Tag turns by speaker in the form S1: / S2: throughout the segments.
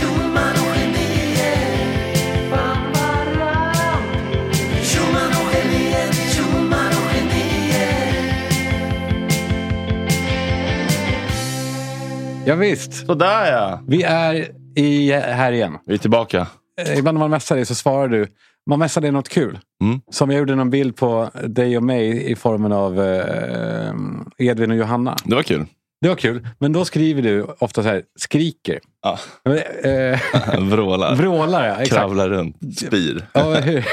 S1: tjoman och geniet Tjoman och geniet, tjoman och geniet
S2: Ja, visst.
S3: Sådär ja!
S2: Vi är i, här igen.
S3: Vi är tillbaka.
S2: Eh, Ibland när man messar dig så svarar du man messar dig något kul.
S3: Mm.
S2: Som jag gjorde någon bild på dig och mig i formen av eh, Edvin och Johanna.
S3: Det var kul.
S2: Det var kul. Men då skriver du ofta så här, skriker.
S3: Ja.
S2: Men, eh,
S3: Vrålar.
S2: Vrålar ja, exakt.
S3: Kravlar runt. Spyr.
S2: Ja, men hur?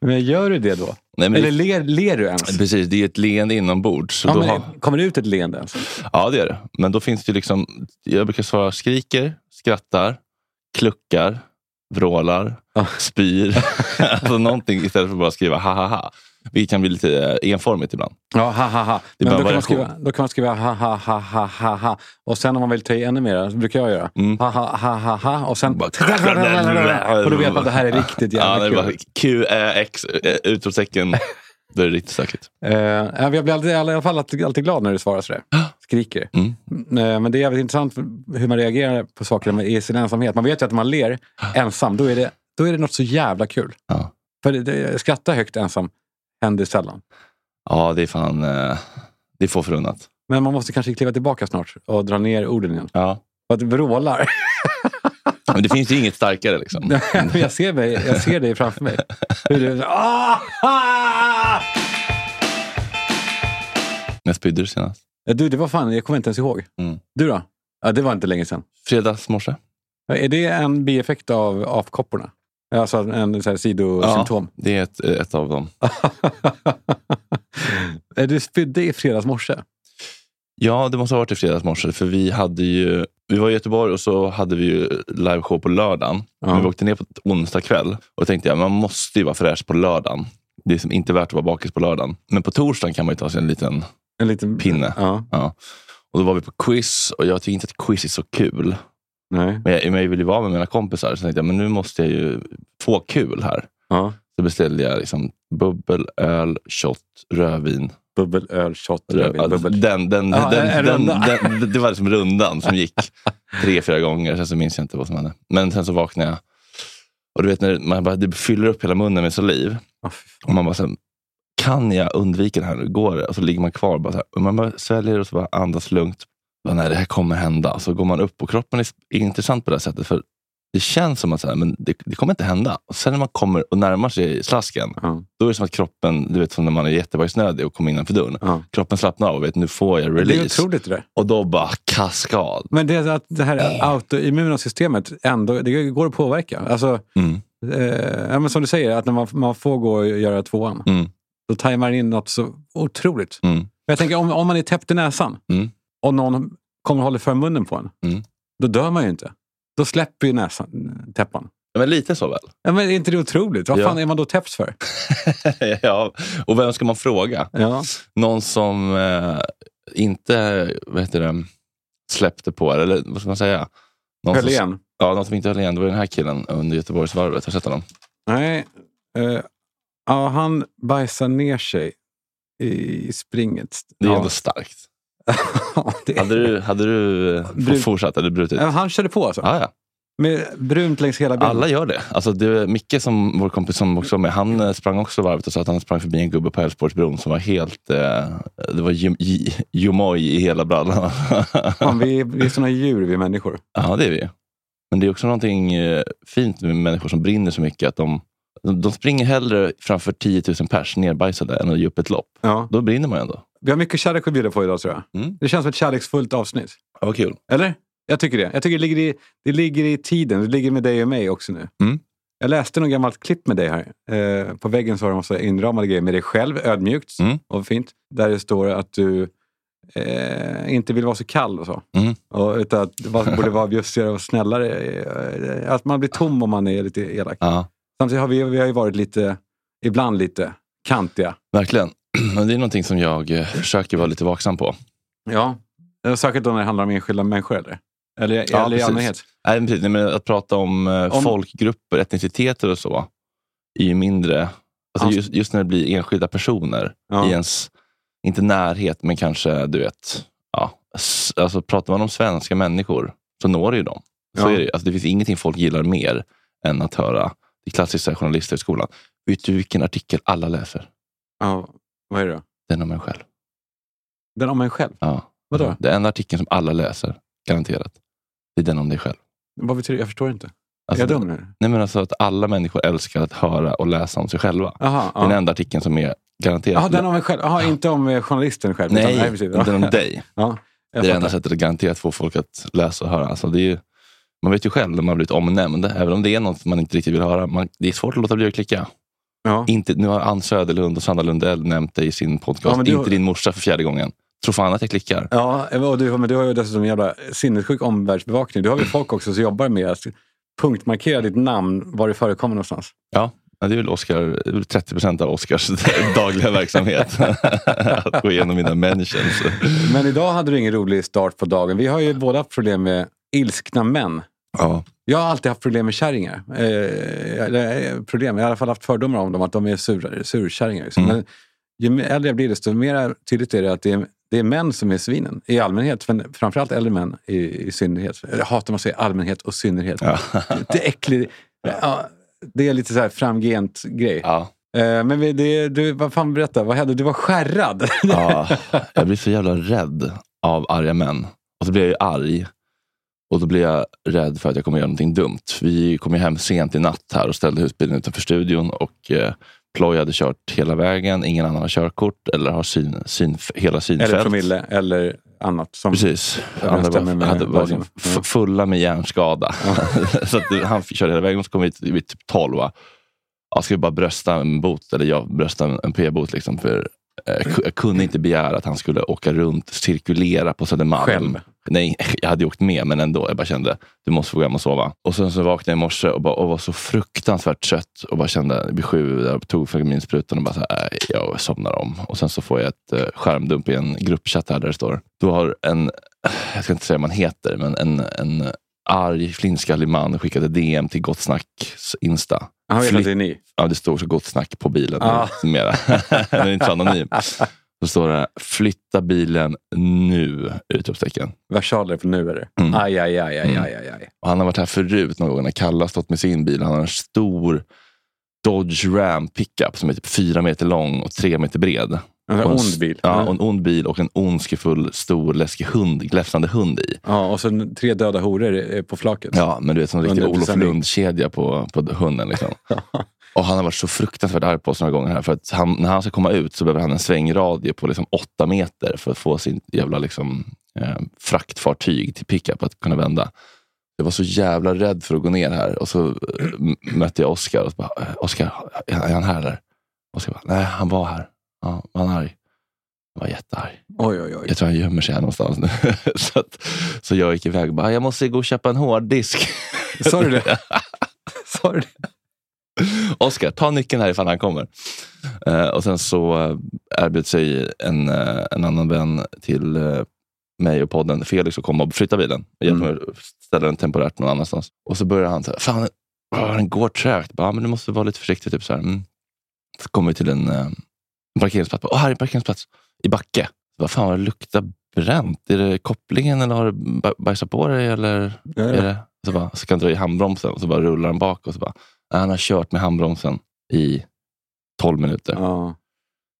S2: men gör du det då?
S3: Nej, men
S2: Eller
S3: det,
S2: ler, ler du ens?
S3: precis, det är ett leende inombords. Så
S2: Ja,
S3: då
S2: men,
S3: har,
S2: Kommer det ut ett leende ens?
S3: ja, det är det. Men då finns det ju liksom... Jag brukar svara skriker, skrattar, kluckar, vrålar,
S2: Ja.
S3: spyr. alltså någonting istället för bara att skriva ha ha ha. Vilket kan bli lite eh, enformigt ibland.
S2: Ja, ha, ha, ha.
S3: Det är
S2: Men då kan, man
S3: bara variation.
S2: skriva, då kan man skriva ha, ha, ha, ha, ha, ha. Och sen om man vill ta i ännu mer, så brukar jag göra.
S3: Mm.
S2: Ha, ha, ha, ha, ha. Och sen...
S3: Bara-
S2: Och då vet man att det här är riktigt
S3: Ja, det är
S2: jävla
S3: bara
S2: kul.
S3: Q, Ä, X, eh, utropstecken. Då är det riktigt stökigt.
S2: Eh, Jag blir alltid, i alla fall alltid, alltid glad när du svarar sådär. Skriker.
S3: Mm.
S2: Eh, Men det är jävligt intressant hur man reagerar på saker med- i sin ensamhet. Man vet ju att när man ler ensam, då är det, då är det något så jävla kul.
S3: Ja.
S2: För det- det, skratta högt ensam händer sällan.
S3: Ja, det är fan... eh, Det är få förunnat.
S2: Men man måste kanske kliva tillbaka snart och dra ner orden igen.
S3: Ja.
S2: För att vrålar.
S3: Men det finns ju inget starkare. Liksom.
S2: Men jag, ser mig, jag ser dig framför mig. Hur du... Ah! Ah!
S3: När spydde du senast?
S2: Ja, Du, det var fan, jag kommer inte ens ihåg.
S3: Mm.
S2: Du då? Ja, det var inte länge sedan.
S3: Fredagsmorse.
S2: Är det en bieffekt av apkopporna? Alltså en så här, sidosymptom?
S3: det är ett, ett av dem.
S2: du spydde i fredags morse.
S3: Ja, det måste ha varit i fredagsmorse. För vi, hade ju, vi var i Göteborg och så hade vi ju liveshow på lördagen.
S2: Ja.
S3: Men vi åkte ner på ett onsdag kväll och tänkte jag man måste ju vara fräsch på lördagen. Det är liksom inte värt att vara bakis på lördagen. Men på torsdagen kan man ju ta sig en liten...
S2: En liten...
S3: Pinne.
S2: Ja,
S3: Ja. Och då var vi på quiz och jag tycker inte att quiz är så kul.
S2: nej.
S3: Men jag, men jag ville ju vara med mina kompisar så tänkte jag men nu måste jag ju få kul här.
S2: Ja.
S3: Så beställde jag liksom bubbel, öl, shot, rödvin.
S2: Bubbel, öl, shot,
S3: Ja,
S2: rödvin, bubbel.
S3: Den, den,
S2: Ja,
S3: den,
S2: en- en
S3: den,
S2: runda.
S3: den, det var liksom rundan som gick tre, fyra gånger. Sen så minns jag inte vad som hände. Men sen så vaknade jag. Och du vet när man bara, det fyller upp hela munnen med saliv.
S2: Ja, fy fan.
S3: Och man bara, så här, kan jag undvika det här nu? Går det? Och så ligger man kvar och bara, så här, och man bara sväljer och så bara andas lugnt. Bara, nej, det här kommer hända. Så går man upp och kroppen är är intressant på det här sättet. För det känns som att så här, men det, det kommer inte hända. Och sen när man kommer och närmar sig slasken,
S2: Ja.
S3: då är det som att kroppen, du vet som när man är jättebajsnödig och kommer innanför dörren.
S2: Ja.
S3: Kroppen slappnar av och vet nu får jag
S2: Det är
S3: release.
S2: otroligt det där.
S3: och då bara kaskad.
S2: Men det, är att det här autoimmuna systemet ändå, det går att påverka. Alltså,
S3: Mm.
S2: eh, ja, men som du säger, att när man, man får gå och göra tvåan,
S3: Mm.
S2: då tajmar det in något så otroligt.
S3: Mm.
S2: Men jag tänker, om, om man är täppt i näsan
S3: Mm.
S2: och någon kommer och håller för munnen på en,
S3: Mm.
S2: då dör man ju inte. Då släpper ju näsan eh, täppan.
S3: Ja, Men lite så väl?
S2: Ja, men är inte det otroligt? Vad
S3: Ja.
S2: fan är man då täppt för?
S3: ja. Och vem ska man fråga?
S2: Ja.
S3: Någon som eh, inte vad heter det, släppte på, eller vad ska man säga? Någon
S2: Höll
S3: som,
S2: igen.
S3: Ja, någon som inte höll igen. Det var den här killen under Göteborgsvarvet. Har du sett honom?
S2: Nej. eh, ja, han bajsar ner sig i springet.
S3: Det är
S2: ja.
S3: ändå starkt.
S2: Ja, det är-
S3: Hade du, hade du eh,
S2: Brut-
S3: fortsatt? Hade du brutit?
S2: Ja, Han körde på alltså?
S3: Ja, ja.
S2: Med brunt längs hela bilden.
S3: Alla gör det. Alltså, det Micke, som vår kompis som också var med, han eh, sprang också varvet och sa att han sprang förbi en gubbe på Älvsborgsbron som var helt... Eh, det var jum- j- jumoj i hela brallan.
S2: Fan, vi, vi är såna djur, vi människor.
S3: ja, det är vi. Men det är också någonting eh, fint med människor som brinner så mycket. att De, de springer hellre framför 10 000 pers nerbajsade än att ge upp ett lopp.
S2: Ja.
S3: Då brinner man ju ändå.
S2: Vi har mycket kärlek att bjuda på idag, tror jag.
S3: Mm.
S2: Det känns som ett kärleksfullt avsnitt.
S3: Ja, vad kul.
S2: Eller? Jag tycker det. Jag tycker det ligger i, det ligger i tiden. Det ligger med dig och mig också nu.
S3: Mm.
S2: Jag läste något gammalt klipp med dig här. Eh, på väggen så har du en massa inramade grejer med dig själv, ödmjukt
S3: Mm.
S2: och fint. Där det står att du eh, inte vill vara så kall och så.
S3: Mm.
S2: Och, utan att man borde vara bjussigare och snällare. Eh, Att man blir tom om man är lite elak.
S3: Ja,
S2: Samtidigt har vi, vi har ju varit lite, ibland lite kantiga.
S3: verkligen. Men det är någonting som jag eh, försöker vara lite vaksam på.
S2: Ja. Eh, Särskilt då när det handlar om enskilda människor eller? Eller,
S3: Ja,
S2: eller i
S3: precis.
S2: allmänhet.
S3: Nej, men precis, Nej, men att prata om, eh,
S2: Om-
S3: folkgrupper, etniciteter och så är ju mindre...
S2: Ja.
S3: Alltså just, just när det blir enskilda personer
S2: Ja.
S3: i ens, inte närhet, men kanske du vet. Ja, s- alltså pratar man om svenska människor så når det ju dem. Så
S2: Ja.
S3: är det, ju. alltså det finns ingenting folk gillar mer än att höra det klassiska journalisthögskolan. Vet du vilken artikel alla läser?
S2: Ja. Vad är det då?
S3: Den om en själv.
S2: Den om en själv.
S3: Ja.
S2: Vadå?
S3: Det är en artikeln som alla läser, garanterat. Det är den om dig själv.
S2: Vad betyder det? Jag förstår inte.
S3: Alltså,
S2: är jag dum nu?
S3: Nej, men alltså att alla människor älskar att höra och läsa om sig själva.
S2: Jaha,
S3: Den
S2: ja.
S3: enda artikeln som är garanterat...
S2: Jaha, den om en själv. Jaha, inte om eh, journalisten själv.
S3: nej,
S2: utan- precis.
S3: inte den om dig.
S2: Ja, jag
S3: Det är det enda
S2: fattar.
S3: sättet att garanterat få folk att läsa och höra. Alltså, det är ju, man vet ju själv när man har blivit omnämnd, även om det är något man inte riktigt vill höra. Man, det är svårt att låta bli att klicka.
S2: Ja.
S3: Inte, nu har Ann Söderlund och Sanna Lundell nämnt dig i sin
S2: Ja,
S3: podcast.
S2: men du-
S3: Inte din morsa för fjärde gången. Tror fan att jag klickar.
S2: Ja, eh, och du, men du har ju dessutom en jävla sinnessjuk omvärldsbevakning. Du har ju folk också som jobbar med att punktmarkera ditt namn var det förekommer någonstans.
S3: Ja, ja, det är väl Oscar, det är väl 30 procent av Oscars dagliga verksamhet. att gå igenom mina mentions.
S2: Men idag hade du ingen rolig start på dagen. Vi har ju båda haft problem med ilskna män.
S3: Ja.
S2: Jag har alltid haft problem med kärringar. Eh, eller, eh, problem. Jag har i alla fall haft fördomar om dem, att de är sur, surkärringar. Liksom.
S3: Mm.
S2: Men ju mer äldre jag blir, desto mer tydligt är det att det är, det är män som är svinen. I allmänhet, men framförallt äldre män i, i synnerhet. Jag hatar när man säger allmänhet och synnerhet.
S3: Ja.
S2: Det är äckligt. Ja, det är lite så här framgent grej.
S3: Ja.
S2: Eh, men vi- det, du, vad fan berätta, vad hände? Du var skärrad.
S3: Ja, jag blir så jävla rädd av arga män. Och så blir jag ju arg. Och då blir jag rädd för att jag kommer göra någonting dumt. Vi kom ju hem sent i natt här och ställde husbilen utanför studion. Och eh, Ploy hade kört hela vägen. Ingen annan har körkort eller har syn, syn, hela synfält.
S2: eller promille, eller annat. Som,
S3: Precis.
S2: Ja,
S3: Andra
S2: stämmer
S3: var,
S2: med
S3: hade, var liksom
S2: Ploy.
S3: f- fulla med hjärnskada. så att han fick köra hela vägen och så kom vi till- vid typ 12. va. Ja, ska vi bara brösta en bot? Eller jag bröstar en- en p-bot. Liksom, för eh, jag ku- jag kunde inte begära att han skulle åka runt, cirkulera på Södermalm.
S2: Själv?
S3: Nej, jag hade ju åkt med, men ändå. Jag bara kände, du måste få gå hem och sova. Och sen så vaknade jag i morse och, bara, och var så fruktansvärt trött. Och bara kände, vid sju, jag tog Fegminsprutan och bara, så här, "Nej, jag somnar om. Och sen så får jag ett eh, skärmdump i en gruppchatt här där det står, du har en, jag ska inte säga vad man heter, men en, en arg flintskallig man skickade DM till Gott Snacks Insta.
S2: han vet
S3: Flytt-
S2: att det är ni.
S3: Ja, det står så gott snack på bilen.
S2: Ah.
S3: Mera. Den är inte så anonym. Så står det, flytta bilen nu! Utropstecken.
S2: Versaler för nu är det.
S3: Mm.
S2: Aj, aj, aj, aj,
S3: Mm.
S2: aj, aj, aj.
S3: Och han har varit här förut någon gång när Kalle har stått med sin bil. Han har en stor Dodge Ram pickup som är typ fyra meter lång och tre meter bred.
S2: En
S3: Och
S2: ond bil. Mm.
S3: Ja, och en ond bil och en ondskefull, stor, läskig hund, gläfsande hund i.
S2: Ja, och sen tre döda horor eh, på flaket.
S3: Ja, men du vet, som en riktig
S2: Under
S3: Olof
S2: presenning.
S3: Lund-kedja på, på hunden. Liksom. och han har varit så fruktansvärt arg på oss några gånger här. För att han, när han ska komma ut så behöver han en svängradie på liksom åtta meter för att få sin jävla liksom, eh, fraktfartyg till pickup att kunna vända. Jag var så jävla rädd för att gå ner här och så eh, m- mötte jag Oskar och så bara, eh, Oskar, är är han här eller? Oskar bara, nej han var här. Ja, var han arg? Han var jättearg.
S2: Oj, oj, oj.
S3: Jag tror han gömmer sig här någonstans nu. så, att, så jag gick iväg och bara, jag måste gå och köpa en hårddisk.
S2: Sa du det? Sa du det?
S3: Oskar, ta nyckeln här ifall han kommer. Eh, och sen så eh, erbjöd sig en, eh, en annan vän till eh, mig och podden, Felix, att komma och flytta bilen. Jag hjälpte mig att ställa den temporärt någon annanstans. Och så började han så här, fan åh, den går trögt. Bara, "Ja, men du måste vara lite försiktig. Typ så, här. Mm. så kommer vi till en, eh, en parkeringsplats. Bara, Åh, här är en parkeringsplats i backe. Vad fan, vad det luktar bränt. Är det kopplingen eller har du ba- bajsat på dig? Eller?
S2: Ja,
S3: Är
S2: ja.
S3: det? Så bara, ska han dra i handbromsen och så bara rullar han bak och så bara, "Nej, han har kört med handbromsen i 12 minuter.
S2: Ja.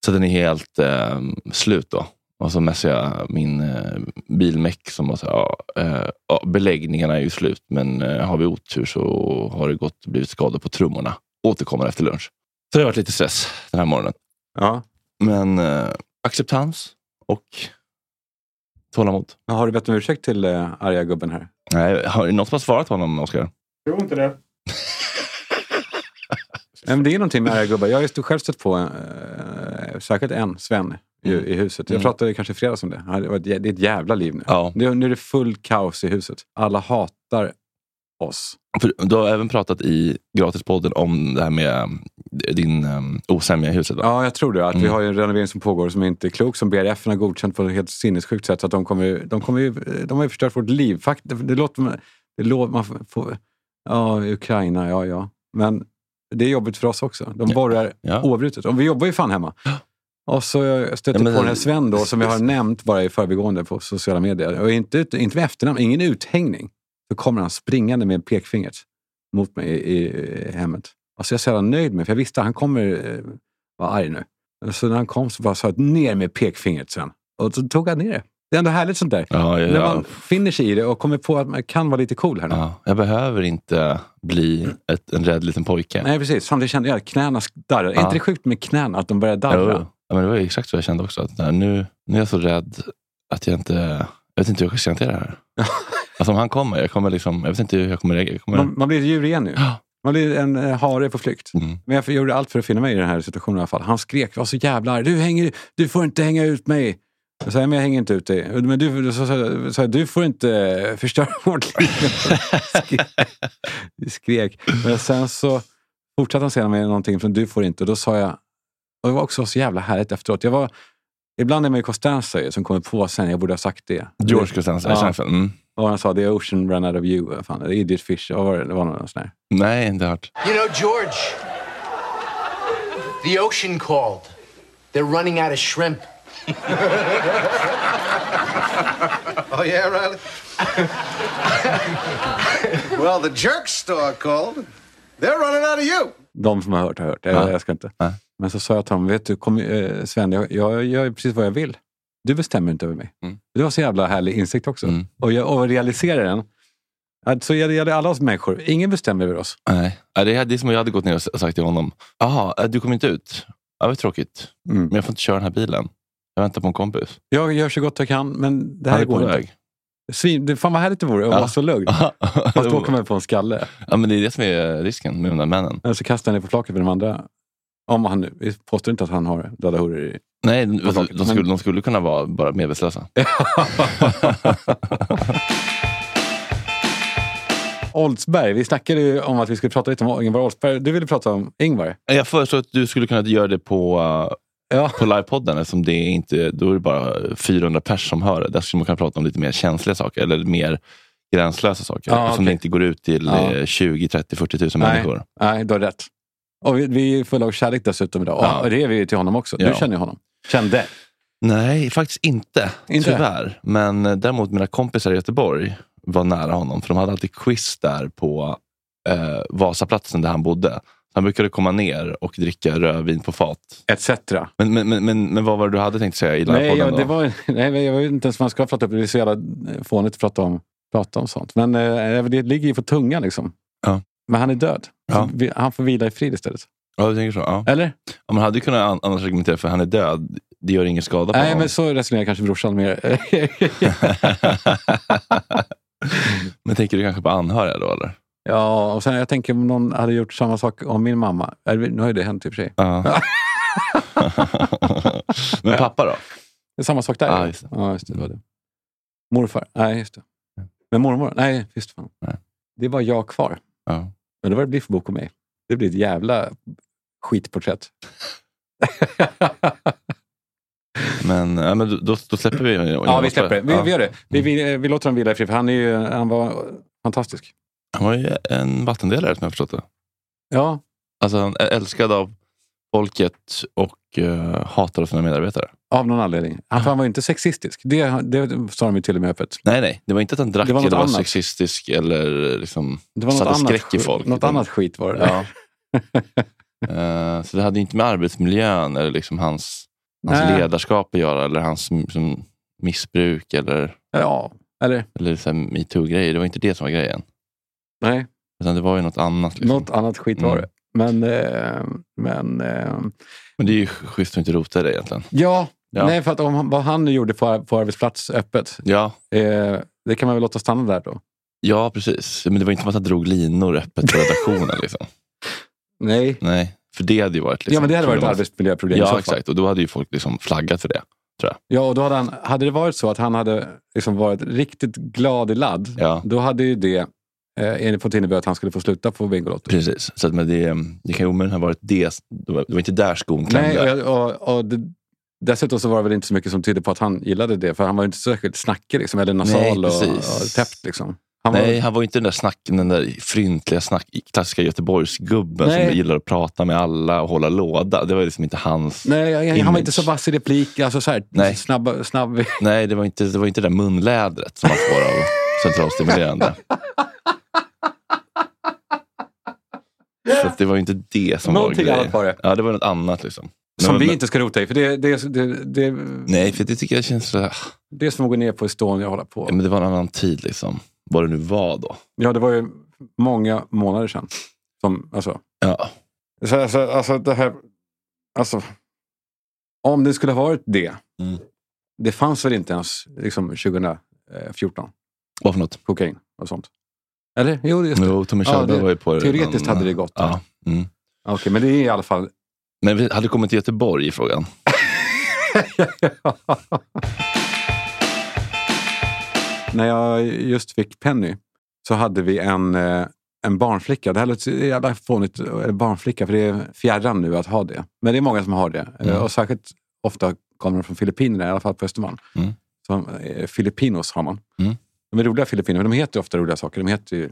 S3: Så den är helt eh, slut då. Och så messar jag min eh, bilmek som bara, så här, ja, eh, ja, beläggningarna är ju slut, men eh, har vi otur så har det gått, blivit skador på trummorna. Återkommer efter lunch. Så det har varit lite stress den här morgonen.
S2: Ja.
S3: Men eh, acceptans och tålamod.
S2: Men Har du bett om ursäkt till eh, arga gubben här?
S3: Nej, har någon som har svarat honom, Oskar?
S4: Tror inte det.
S2: Nej, men det är någonting med arga gubbar. Jag har just själv stött på eh, särskilt en, Sven, i, i huset. Jag
S3: Mm.
S2: pratade kanske i fredags om det. Ja, Det var ett jä- det är ett jävla liv nu.
S3: Ja.
S2: Det, nu är det full kaos i huset. Alla hatar oss.
S3: För du har även pratat i Gratispodden om det här med eh, din eh, osämja i huset. Va?
S2: Ja, jag tror det. Att Vi
S3: Mm.
S2: har ju en renovering som pågår som inte är klok, som BRF har godkänt på ett helt sinnessjukt sätt. Så att de, kommer, ju- de, kommer ju, de har ju förstört vårt liv. Fakt, det låter... Det låter man får, ja, Ukraina, ja, ja. Men det är jobbigt för oss också. De
S3: Ja.
S2: borrar
S3: Ja.
S2: oavbrutet. Och vi jobbar ju fan hemma. Och så stötte
S3: Ja,
S2: jag
S3: men-
S2: på den här Sven då, som jag har nämnt bara i förbigående på sociala medier. Och inte, ut- inte med efternamn, ingen uthängning. Så kommer han springande med pekfingret mot mig i, i hemmet. Alltså jag är så jävla nöjd med för jag visste att han kommer eh, vara arg nu. Så när han kom så bara sa jag ner med pekfingret sen. Och så tog han ner det. Det är ändå härligt sånt där.
S3: Ja, ja,
S2: När
S3: ja.
S2: man finner sig i det och kommer på att man kan vara lite cool här nu.
S3: Ja, jag behöver inte bli ett, en rädd liten pojke.
S2: Nej, precis. Samtidigt kände jag att knäna darrar. Är
S3: Ja.
S2: inte det sjukt med knäna, att de börjar
S3: Jo,
S2: darra?
S3: ja, men det var ju exakt så jag kände också. Att, nej, nu, nu är jag så rädd att jag inte jag vet inte hur jag ska hantera det här. alltså om han kommer, jag, kommer liksom, jag vet inte hur jag kommer reagera. Jag kommer,
S2: Man, man blir ett djur igen nu.
S3: Ja.
S2: Man blir en eh, hare på flykt.
S3: Mm.
S2: Men jag gjorde allt för att finna mig i den här situationen i alla fall. Han skrek, var så jävla arg. Du, hänger, du får inte hänga ut mig. Jag sa, men jag hänger inte ut dig. Men du, så, så, så, du får inte eh, förstöra vårt liv. skrek. skrek. Men sen så fortsatte han säga med någonting från du får inte. Och då sa jag, och det var också så jävla härligt efteråt. Jag var, ibland är man ju Costanza ju, som kommer på sen, jag borde ha sagt det.
S3: George Costanza,
S2: Ja.
S3: Seinfeld. Mm.
S2: Och han sa, the ocean ran out of you. Fan, idiot fish. Vad var det? Det var någon sån där.
S3: Nej, inte hört.
S5: You know, George, the ocean called. They're running out of shrimp.
S6: Oh, yeah, Riley? well, the jerk store called. They're running out of you.
S2: De som har hört har hört. Jag,
S3: Ja.
S2: jag ska inte.
S3: Ja.
S2: Men så sa jag till honom, vet du kom, eh, Sven, jag, jag gör ju precis vad jag vill. Du bestämmer inte över mig.
S3: Mm.
S2: Det var så jävla härlig insikt också.
S3: Mm.
S2: Och jag och realiserar den. Att Så gäller gäller alla oss människor. Ingen bestämmer över oss.
S3: Nej. Ja, Det är det är som jag hade gått ner och s- sagt till honom. Jaha, eh, du kommer inte ut? Ja, vad tråkigt.
S2: Mm.
S3: Men jag får inte köra den här bilen. Jag väntar på en kompis.
S2: Jag gör så gott jag kan, men det här
S3: Han är på
S2: går inte.
S3: väg.
S2: Svin, det, fan vad härligt det vore att
S3: Ja.
S2: vara så lugn. Fast då kommer jag på en skalle.
S3: ja, men det är det som är risken med de där männen.
S2: Eller så kastar jag ner på flaket för de andra. Om han nu, vi påstår inte att han har döda horor i.
S3: Nej, de, de,
S2: flaket.
S3: de, skulle, de skulle kunna vara bara medvetslösa.
S2: Oldsberg, vi snackade ju om att vi skulle prata lite om Ingvar Oldsberg. Du ville prata om Ingvar.
S3: Jag föreslår att du skulle kunna göra det på, eh,
S2: Ja.
S3: på livepodden eftersom det är inte, då är det bara 400 pers som hör det. Där skulle man kunna prata om lite mer känsliga saker eller mer gränslösa saker.
S2: Ja,
S3: eftersom
S2: okej.
S3: det inte går ut till
S2: Ja.
S3: eh, 20, 30, 40 tusen
S2: Nej.
S3: människor.
S2: Nej, du har rätt. Och vi, vi är fulla av kärlek dessutom idag.
S3: Ja.
S2: Och det är vi ju till honom också. Du
S3: Ja.
S2: känner ju honom. Kände.
S3: Nej, faktiskt inte.
S2: Inte?
S3: Tyvärr. Men eh, däremot mina kompisar i Göteborg var nära honom. För de hade alltid quiz där på eh, Vasaplatsen där han bodde. Han brukade komma ner och dricka rödvin på fat.
S2: Etc.
S3: Men, men, men, men, men vad var det du hade tänkt säga i livepodden?
S2: Nej, jag,
S3: då?
S2: det var, nej, men jag vet inte ens vad man ska prata om. Det är så jävla eh, fånigt att prata om, prata om sånt. Men eh, det ligger ju på tungan liksom.
S3: Ja.
S2: Men han är död.
S3: Ja.
S2: Så vi, han får vila i frid istället.
S3: Ja, du tänker så. Ja.
S2: Eller?
S3: Ja, man hade ju kunnat an- annars argumentera för han är död. Det gör ingen skada på
S2: Nej,
S3: honom.
S2: men så resonerar kanske brorsan mer.
S3: men tänker du kanske på anhöriga då? Eller?
S2: ja, och sen jag tänker om någon hade gjort samma sak om min mamma. Eh, Nu har ju det hänt i och för sig.
S3: Ja. men pappa då?
S2: Det är samma sak där.
S3: Ja, just det.
S2: Ja, just det, det, var det. Morfar? Nej, just det. Men mormor? Nej, visst fan.
S3: Nej.
S2: Det är bara jag kvar.
S3: Ja.
S2: Men det var det blir för bok om mig. Det blir ett jävla skitporträtt.
S3: Men, ja, men då- då, då släpper vi
S2: ja, vi släpper det. Vi,
S3: Ja. Mm.
S2: vi gör det. Vi, vi, vi låter dem vila i fred, för han, är ju, han var fantastisk.
S3: Han var ju en vattendelare som jag förstått det.
S2: Ja,
S3: Alltså, han är älskad av eh, folket och och eh, hatade sina medarbetare.
S2: Av någon anledning. Att
S3: Ah.
S2: han var ju inte sexistisk. Det, det sa de ju till och med öppet.
S3: Nej, nej. Det var inte att han drack
S2: Det var något
S3: eller var
S2: annat.
S3: sexistisk eller liksom
S2: Det var något
S3: satte
S2: annat,
S3: skräck i
S2: skit-
S3: folk. liksom.
S2: Något
S3: utan-
S2: annat skit var det. där.
S3: Ja. Eh, så det hade inte med arbetsmiljön eller liksom hans, hans
S2: Nej.
S3: ledarskap att göra eller hans m- som missbruk eller,
S2: ja. Eller?
S3: eller så här metoo-grejer. Det var inte det som var grejen.
S2: Nej.
S3: Utan det var ju något annat. Liksom.
S2: Något annat skit var
S3: Mm.
S2: det. Men, eh, men eh,
S3: Men det är ju schysst att inte rota i det egentligen.
S2: ja.
S3: Ja.
S2: Nej, för att om, han- vad han nu gjorde på, på arbetsplats öppet,
S3: Ja,
S2: eh, det kan man väl låta stanna där då?
S3: ja precis. Men det var inte som att han drog linor öppet på redaktionen. liksom.
S2: Nej.
S3: Nej, för det hade ju varit liksom,
S2: ja, men det hade varit ett
S3: problematiskt.
S2: arbetsmiljöproblem i så
S3: Ja,
S2: fall.
S3: exakt. Och då hade ju folk liksom flaggat för det.
S2: Ja, och då hade, han, hade det varit så att han hade liksom varit riktigt glad i ladd,
S3: Ja.
S2: då hade ju det eh, enligt fått innebära att han skulle få sluta på Bingolotto.
S3: Precis, så att, men det, det kan ju omöjligen ha varit det. Det var, det var inte där skon
S2: Nej, och,
S3: klämde.
S2: jag- och, och det, dessutom så var det väl inte så mycket som tydde på att han gillade det, för han var ju inte särskilt snackig liksom, eller nasal och,
S3: precis.
S2: och täppt. Liksom. Han var-
S3: Nej, han var ju inte den där, snack, den där fryntliga, snack, klassiska Göteborgsgubben
S2: Nej.
S3: som gillar att prata med alla och hålla låda. Det var ju liksom inte hans... Nej,
S2: Nej, jag- jag- han
S3: Image.
S2: var inte så vass i replik. Alltså så här,
S3: Nej.
S2: Snabb, snabb.
S3: det, var inte, det var inte det där munlädret som man får av centralstimulerande. Så att det var ju inte det som
S2: Någonting
S3: var
S2: annat var det.
S3: Ja, det var något annat. liksom.
S2: Som
S3: Men-
S2: vi
S3: men-
S2: inte ska rota i. För det, det, det, det,
S3: Nej, för det tycker jag känns... Så här,
S2: det är som att gå ner på Estonia och hålla
S3: ja,
S2: på.
S3: men det var en annan tid, liksom. vad det nu var då.
S2: Ja, det var ju många månader sedan. Som, alltså,
S3: Ja,
S2: så, alltså, alltså det här... Alltså, om det skulle ha varit det.
S3: Mm.
S2: Det fanns väl inte ens liksom, 2014,
S3: vad för något?
S2: kokain och sånt? Eller? Jo, just det.
S3: Jo, Tommy
S2: Ja,
S3: Körberg
S2: det-
S3: var ju på det.
S2: teoretiskt
S3: redan.
S2: hade det gått.
S3: Ja. Mm.
S2: Okej, men det är i alla fall...
S3: Men vi hade kommit till Göteborg i frågan.
S2: När jag just fick Penny så hade vi en, eh, en barnflicka. Det här låter så jävla fånigt, eh, barnflicka, för det är fjärran nu att ha det. Men det är många som har det. Eh,
S3: Mm.
S2: Och särskilt ofta kommer de från Filippinerna, i alla fall på Östermalm.
S3: Mm.
S2: Så, eh, Filipinos har man.
S3: Mm.
S2: De är roliga filippiner, men de heter ju ofta roliga saker. De heter ju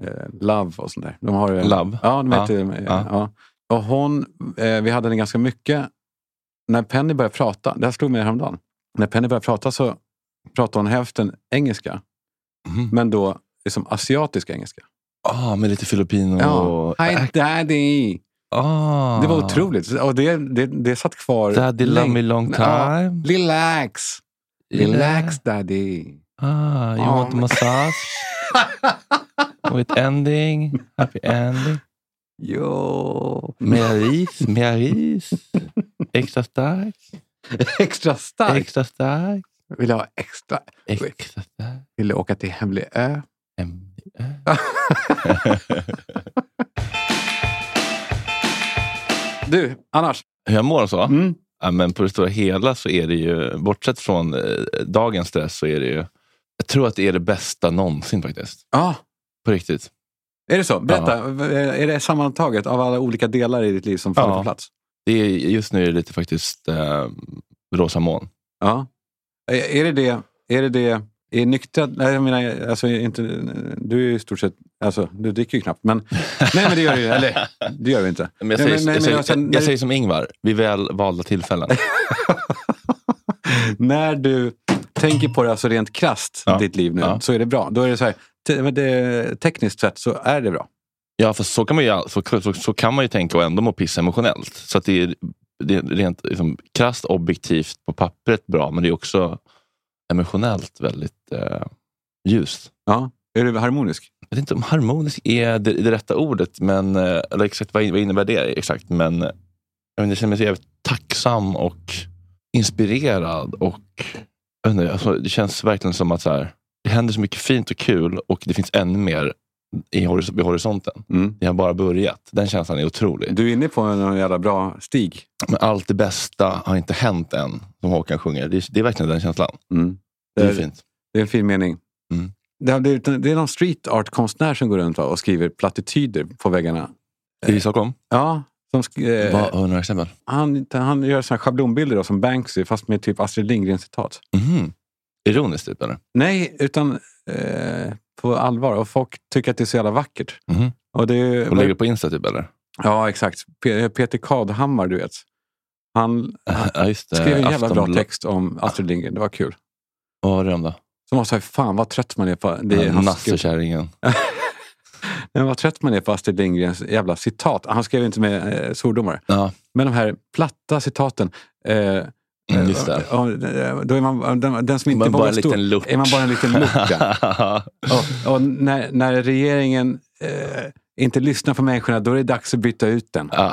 S2: eh, Love och sånt där. De har, eh,
S3: Love?
S2: Ja, de
S3: Ja.
S2: heter, eh,
S3: Ja.
S2: ja. Och hon, eh, vi hade henne ganska mycket. När Penny började prata, det här slog mig häromdagen. När Penny började prata så pratade hon hälften engelska,
S3: Mhm.
S2: men då liksom asiatisk engelska.
S3: Ah, med lite filippino.
S2: Ja. Hi daddy!
S3: Ah.
S2: Det var otroligt. Och det, det, det satt kvar.
S3: Daddy love me long time.
S2: Ja. Relax! Relax daddy!
S3: Ah, you want a massage? With ending? Happy ending?
S2: Jo!
S3: Mer ris? Mer ris? Extra stark?
S2: Extra stark!
S3: Extra stark?
S2: Vill jag ha extra?
S3: Extra stark?
S2: Vill jag åka till hemlig ö? Du, annars?
S3: Hur jag mår och så?
S2: Mm.
S3: Ja, men på det stora hela så är det ju, bortsett från eh, dagens stress, så är det ju, jag tror att det är det bästa någonsin faktiskt.
S2: Ja,
S3: På riktigt.
S2: är det så? Berätta, är det sammantaget av alla olika delar i ditt liv som faller
S3: Ja.
S2: på plats?
S3: Det är, just nu är det lite faktiskt eh, rosa moln.
S2: Ja. Är är det det, är det det, är nyktra, nej jag menar, alltså inte, du är ju i stort sett, alltså du dricker ju knappt, men nej men det gör du ju, eller det gör vi inte.
S3: Men jag,
S2: Nej,
S3: säger,
S2: men- nej,
S3: jag,
S2: men
S3: säger,
S2: alltså,
S3: jag,
S2: när-
S3: säger som Ingvar, vid väl valda tillfällen.
S2: När du tänker på det alltså rent krasst,
S3: Ja.
S2: ditt liv nu,
S3: Ja.
S2: så är det bra. Då är det så här, te, men det, tekniskt sett så är det bra.
S3: ja, för så kan, man ju, all- så, så, så kan man ju tänka och ändå må piss emotionellt. Så att det är, det är rent liksom, krasst objektivt på pappret bra, men det är också emotionellt väldigt eh, ljust.
S2: Ja. Är du harmonisk?
S3: Jag vet inte om harmonisk är det, det rätta ordet, men, eh, eller exakt vad, vad innebär det exakt? Men eh, jag, vet, inte, jag känner mig så jävligt tacksam och inspirerad. Och, jag vet inte, alltså, det känns verkligen som att så här, det händer så mycket fint och kul och det finns ännu mer i horis- vid horisonten.
S2: Mm.
S3: Vi har bara börjat. Den känslan är otrolig.
S2: Du är inne på en jävla bra stig.
S3: Men allt det bästa har inte hänt än, som Håkan sjunger. Det är, det är verkligen den känslan.
S2: Mm.
S3: Det är
S2: Där-
S3: fint.
S2: Det är en fin mening.
S3: Mm.
S2: Det, har blivit, det är någon street art-konstnär som går runt va, och skriver plattityder på väggarna.
S3: eh, I Stockholm?
S2: Ja, som sk- eh,
S3: Vad har du några exempel?
S2: han, han gör såna här schablonbilder då, som Banksy, fast med typ Astrid Lindgren-citat.
S3: Mhm. Ironiskt, typ? Eller?
S2: Nej, utan eh, på allvar. Och folk tycker att det är så jävla vackert.
S3: Mhm.
S2: Och det,
S3: Och lägger på Insta, typ? Eller?
S2: ja, exakt. Pe- Peter Kadhammar, du vet. Han
S3: Ja, just det.
S2: skrev en jävla bra
S3: Eh, Aftonbladet.
S2: text om Astrid Lindgren. Det var kul.
S3: Vad var det om då?
S2: Som var så här, fan vad trött man är på... Det är,
S3: Den här
S2: han skrev,
S3: Nassekärringen.
S2: nej, vad trött man är på Astrid Lindgrens jävla citat. Han skrev inte med eh, svordomar.
S3: Ja,
S2: Men de här platta citaten. Eh,
S3: mm, just det.
S2: Ja, ja, Då är man, den, den som inte
S3: Man bara
S2: vågar
S3: en
S2: stå-
S3: liten lort.
S2: Är man bara en liten lucka. och och när, när regeringen eh, inte lyssnar på människorna, då är det dags att byta ut den.
S3: Ja.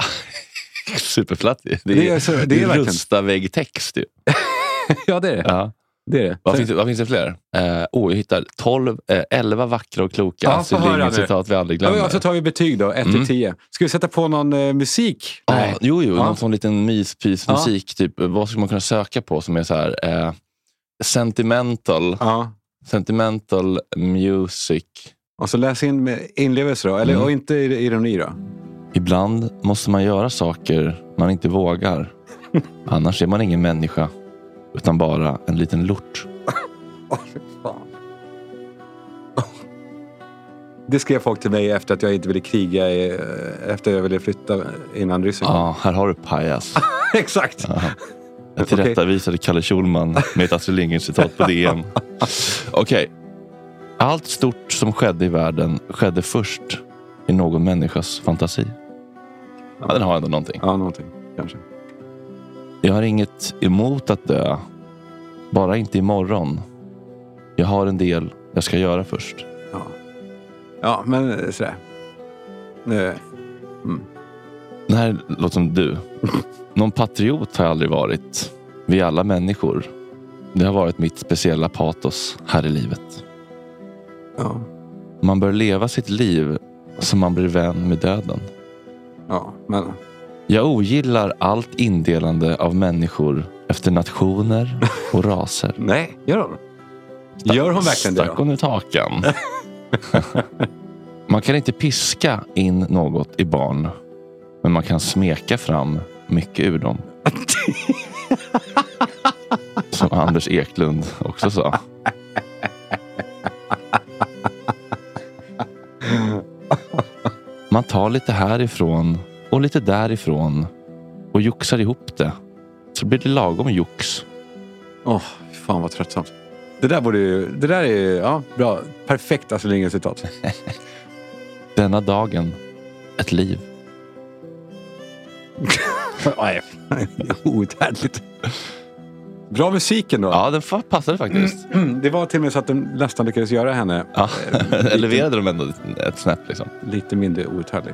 S3: Superflattig. Det
S2: Det
S3: är, det
S2: är
S3: är,
S2: så- det är verkligen-
S3: rustaväggtext. ju.
S2: ja, det är det.
S3: Ja.
S2: det, är det.
S3: Vad,
S2: Så-
S3: finns det, vad finns det fler? Eh, oh, jag hittar 12, eh, 11 vackra och kloka
S2: Ja,
S3: Astrid
S2: få höra nu.
S3: Lindgren-citat vi aldrig
S2: ja,
S3: glömmer.
S2: ja, så tar vi betyg då, 1 till 10. Ska vi sätta på någon eh, musik?
S3: Mm. Ja, jo, jo,
S2: Ja.
S3: någon sån liten myspysmusik. Typ, vad skulle man kunna söka på som är så här eh, sentimental,
S2: Ja.
S3: sentimental music.
S2: Och så läs in med inlevelse då, eller,
S3: Mm.
S2: och inte i- ironi då.
S3: Ibland måste man göra saker man inte vågar. Annars är man ingen människa, utan bara en liten lort.
S2: Det skrev folk till mig efter att jag inte ville kriga, eh, efter jag ville flytta innan ryssen kom.
S3: Ja, här har du pajas.
S2: Exakt!
S3: Jag tillrättavisade Kalle Schulman med ett Astrid Lindgren-citat på DN. Okej. Allt stort som skedde i världen skedde först i någon människas fantasi. Ja, den har ändå någonting.
S2: Ja, någonting kanske.
S3: Jag har inget emot att dö. Bara inte imorgon. Jag har en del jag ska göra först.
S2: Ja, ja men eh, sådär. Eh, Nu,
S3: Det här låter som du. Någon patriot har jag aldrig varit. Vi är alla människor. Det har varit mitt speciella patos här i livet.
S2: ja,
S3: Man bör leva sitt liv som man blir vän med döden.
S2: ja, men...
S3: Jag ogillar allt indelande av människor efter nationer och raser.
S2: Nej, gör hon? Gör hon verkligen det
S3: Stack
S2: då?
S3: hon i takan. man kan inte piska in något i barn. Men man kan smeka fram mycket ur dem. Som Anders Eklund också sa. Man tar lite härifrån och lite därifrån och joxar ihop det. Så blir det lagom jox.
S2: Åh, fy fan vad tröttsamt. Det där borde ju... Det där är ju... Ja, bra. Perfekt alltså, Astrid Lindgren-citat.
S3: Denna dagen, ett liv.
S2: Nej, Outhärdligt. Bra musiken då.
S3: Ja, den fa- passade faktiskt.
S2: Det var till och med så att de nästan lyckades göra henne eh,
S3: Ja, eleverade de ändå ett snäpp liksom.
S2: lite mindre outhärdlig.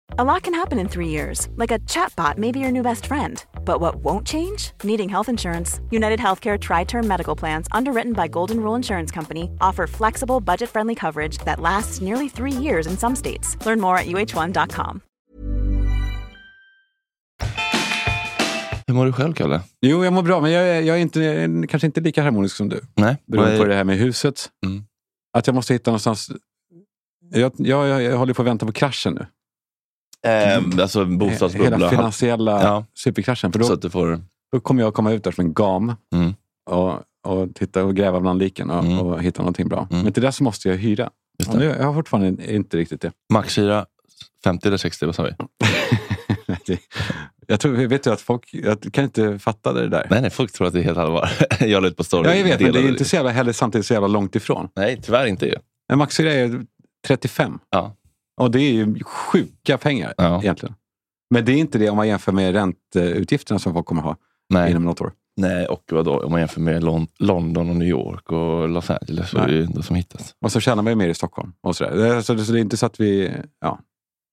S7: A lot can happen in three years, like a chatbot may be your new best friend. But what won't change? Needing health insurance. United Healthcare Tri Term Medical Plans, underwritten by Golden Rule Insurance Company, offer flexible, budget friendly coverage that lasts nearly three years in some states. Learn more at uh1.com.
S3: Hur mår du själv, Kalle?
S2: Jo, jag mår bra, men jag är, jag är inte, eh, kanske inte lika harmonisk som du.
S3: Nej, vad
S2: Beroende
S3: är-
S2: på det här med huset.
S3: Mm.
S2: Att jag måste hitta någonstans... Jag, jag, jag, jag håller på att vänta på kraschen nu.
S3: Ehm, alltså
S2: Mm. Hela
S3: bostadsbubbla.
S2: finansiella
S3: Ja.
S2: superkraschen. För då,
S3: Så att du får...
S2: då kommer jag komma ut där som en gam
S3: Mm.
S2: och, och titta och gräva bland liken och,
S3: Mm.
S2: och hitta någonting bra.
S3: Mm.
S2: Men till dess måste jag hyra.
S3: Just
S2: Och
S3: det.
S2: nu, jag har fortfarande inte riktigt det.
S3: Maxhyra 50 eller 60, vad sa vi?
S2: jag tror, vet du att folk jag kan inte fatta det där.
S3: Nej, nej, folk tror att det är helt allvar. jag la ut på story.
S2: Ja, jag vet, men det
S3: delade
S2: är inte så jävla, heller samtidigt så jävla långt ifrån.
S3: Nej, tyvärr inte ju.
S2: Men Max Hyra är 35.
S3: Ja.
S2: Och det är ju sjuka pengar
S3: Ja.
S2: egentligen. Men det är inte det om man jämför med ränteutgifterna som folk kommer ha
S3: Nej.
S2: inom något år.
S3: nej, och vadå? Om man jämför med Lon- London och New York och Los Angeles så är det ju ändå som hittas.
S2: Och så tjänar man ju mer i Stockholm. Och sådär. Det är- Så, det- så det är inte så att vi... Ja.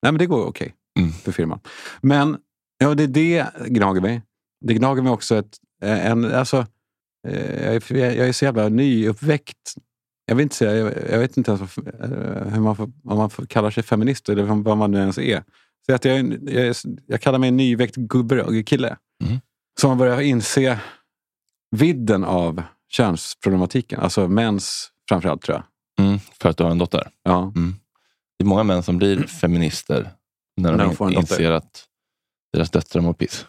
S2: Nej, men det går okej
S3: Mm.
S2: för firman. Men ja, det, det gnager mig. Det gnager mig också att... eh, En, alltså, eh, jag, är, jag är så jävla nyuppväckt. Jag, vill inte säga, jag, jag vet inte ens vad, eh, hur man får, om man får kallar sig feminist eller vad man nu ens är. Så att jag, är en- jag, är s- jag kallar mig en nyväckt gubbe-kille.
S3: Mm.
S2: Som har börjat inse vidden av könsproblematiken. Alltså mäns framförallt tror jag.
S3: Mm, för att du har en dotter.
S2: Ja.
S3: Det är många män som blir feminister när de,
S2: Mm. När de
S3: in-
S2: får en dotter.
S3: inser att deras döttrar mår piss.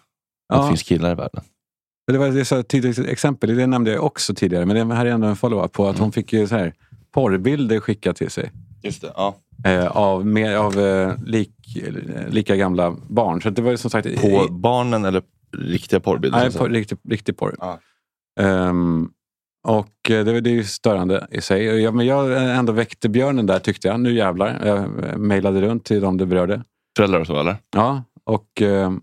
S3: Att
S2: Ja.
S3: det finns killar i världen.
S2: Men Det var det är så här tydligt exempel, det nämnde jag också tidigare, men det här är ändå en follow-up på att
S3: Mm.
S2: hon fick ju så här porrbilder skickat till sig
S3: Just det, ja.
S2: eh, av, med, av eh, lik, eh, lika gamla barn. Så att det var ju som sagt...
S3: På barnen eller riktiga porrbilder?
S2: nej,
S3: så att
S2: på,
S3: säga?
S2: riktig, riktig porr.
S3: Ja.
S2: Ehm, och eh, det, var- det är ju störande i sig. Och Jag, men jag eh, ändå väckte björnen där tyckte jag. Nu jävlar. Jag eh, mejlade runt till de det berörde.
S3: Föräldrar och så eller?
S2: Ja, och, eh,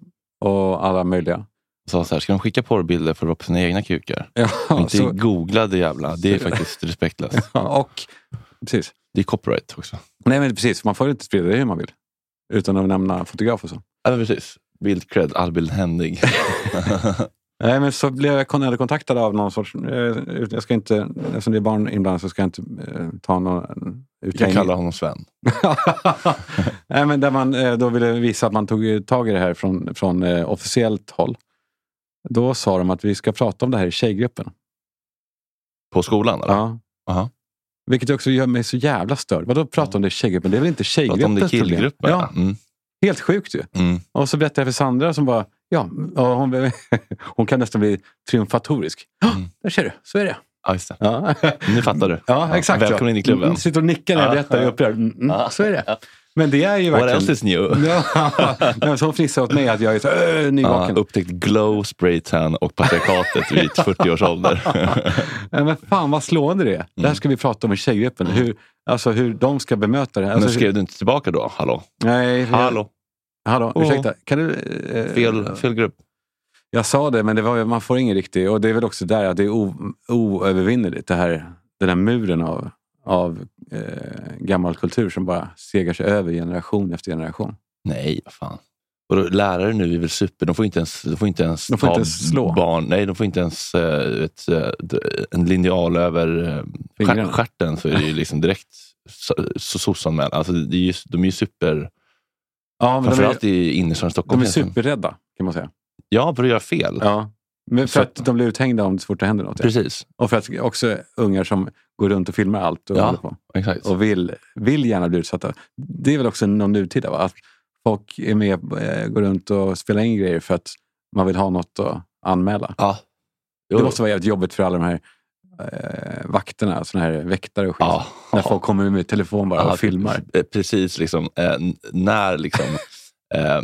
S2: och alla möjliga.
S3: Sa så här, ska de skicka porrbilder för att vara på sina egna kukar?
S2: Ja,
S3: inte
S2: så,
S3: googla det jävla. Det är faktiskt respektlöst.
S2: ja, och precis.
S3: Det är copyright också.
S2: Nej, men precis. Man får inte sprida det hur man vill. Utan att nämna fotograf och så.
S3: Ja, men precis. Bild cred, all bild händig.
S2: Nej, men så blev jag kon- eller kontaktad av någon sorts... eh, ut- Jag ska inte, eftersom det är barn inblandade så ska jag inte eh, ta någon
S3: Vi kan
S2: uthängning.
S3: kalla honom Sven.
S2: Nej, men där man eh, då ville visa att man tog ju tag i det här från, från eh, officiellt håll. Då sa de att vi ska prata om det här i tjejgruppen.
S3: På skolan? Eller?
S2: Ja.
S3: Aha.
S2: Vilket också gör mig så jävla störd. Vadå prata om det i tjejgruppen? Det är väl inte tjejgruppens
S3: Prata om det i killgruppen.
S2: Ja,
S3: Mm.
S2: helt sjukt ju.
S3: Mm.
S2: Och så berättade jag för Sandra som bara, ja, och hon, hon kan nästan bli triumfatorisk. Ja, där ser du, så är det.
S3: Mm. Ja, just det.
S2: Ja,
S3: Nu fattar du.
S2: ja exakt.
S3: Välkommen in i klubben.
S2: Mm, Sitter och nickar när jag
S3: Ja,
S2: berättar i
S3: ja.
S2: upprörd. Mm, mm,
S3: Ja.
S2: Så är det. Men det är ju
S3: What
S2: verkligen...
S3: else is new?
S2: Ja, men så hon fnissar åt mig att jag är så äh,
S3: Ja,
S2: nyvaken.
S3: upptäckt glow, spraytan och patriarkatet vid 40 års ålder.
S2: Ja, men fan vad slående det är. Det här
S3: Mm.
S2: ska vi prata om i tjejgruppen. Hur, alltså hur de ska bemöta det här. Alltså,
S3: Men skrev du inte tillbaka då? Hallå?
S2: Nej, jag-
S3: Hallå?
S2: hallå,
S3: Åh.
S2: ursäkta. Kan du... eh,
S3: Fel, fel grupp.
S2: Jag sa det, men det var, ju- man får ingen riktig... Och det är väl också där att det är o, oövervinneligt, det här, den här muren av, av eh, gammal kultur som bara segar sig över generation efter generation.
S3: Nej, vad fan. Och då, lärare nu är väl super. De får inte ens, de får inte ens
S2: De får
S3: ta
S2: inte ens slå.
S3: barn. Nej, de får inte ens eh, ett, eh, d- en linjal över eh,
S2: Fingrarna.
S3: stjärt- stjärten. Så är det ju liksom direkt so- so- soc-anmälan. Alltså, det är ju, de är ju super...
S2: Ja, men de är,
S3: Framförallt i innerstan i Stockholm.
S2: de är
S3: känns det som.
S2: superrädda, kan man säga.
S3: Ja, för att göra fel.
S2: Ja. Men för
S3: Så-
S2: att de blir uthängda om det så fort det händer något. ja.
S3: Precis,
S2: Och för att också ungar som går runt och filmar allt och
S3: Ja.
S2: håller på.
S3: exakt.
S2: Och vill, vill gärna bli utsatta. Det är väl också någon nutida, va? Att folk är med, eh, går runt och spelar in grejer för att man vill ha något att anmäla.
S3: ja.
S2: Det måste vara jävligt jobbigt för alla de här eh, vakterna, såna här väktare och skit.
S3: Ja.
S2: När folk kommer med telefon bara
S3: Ja,
S2: och filmar.
S3: eh, Precis, liksom, eh, n- när liksom, eh,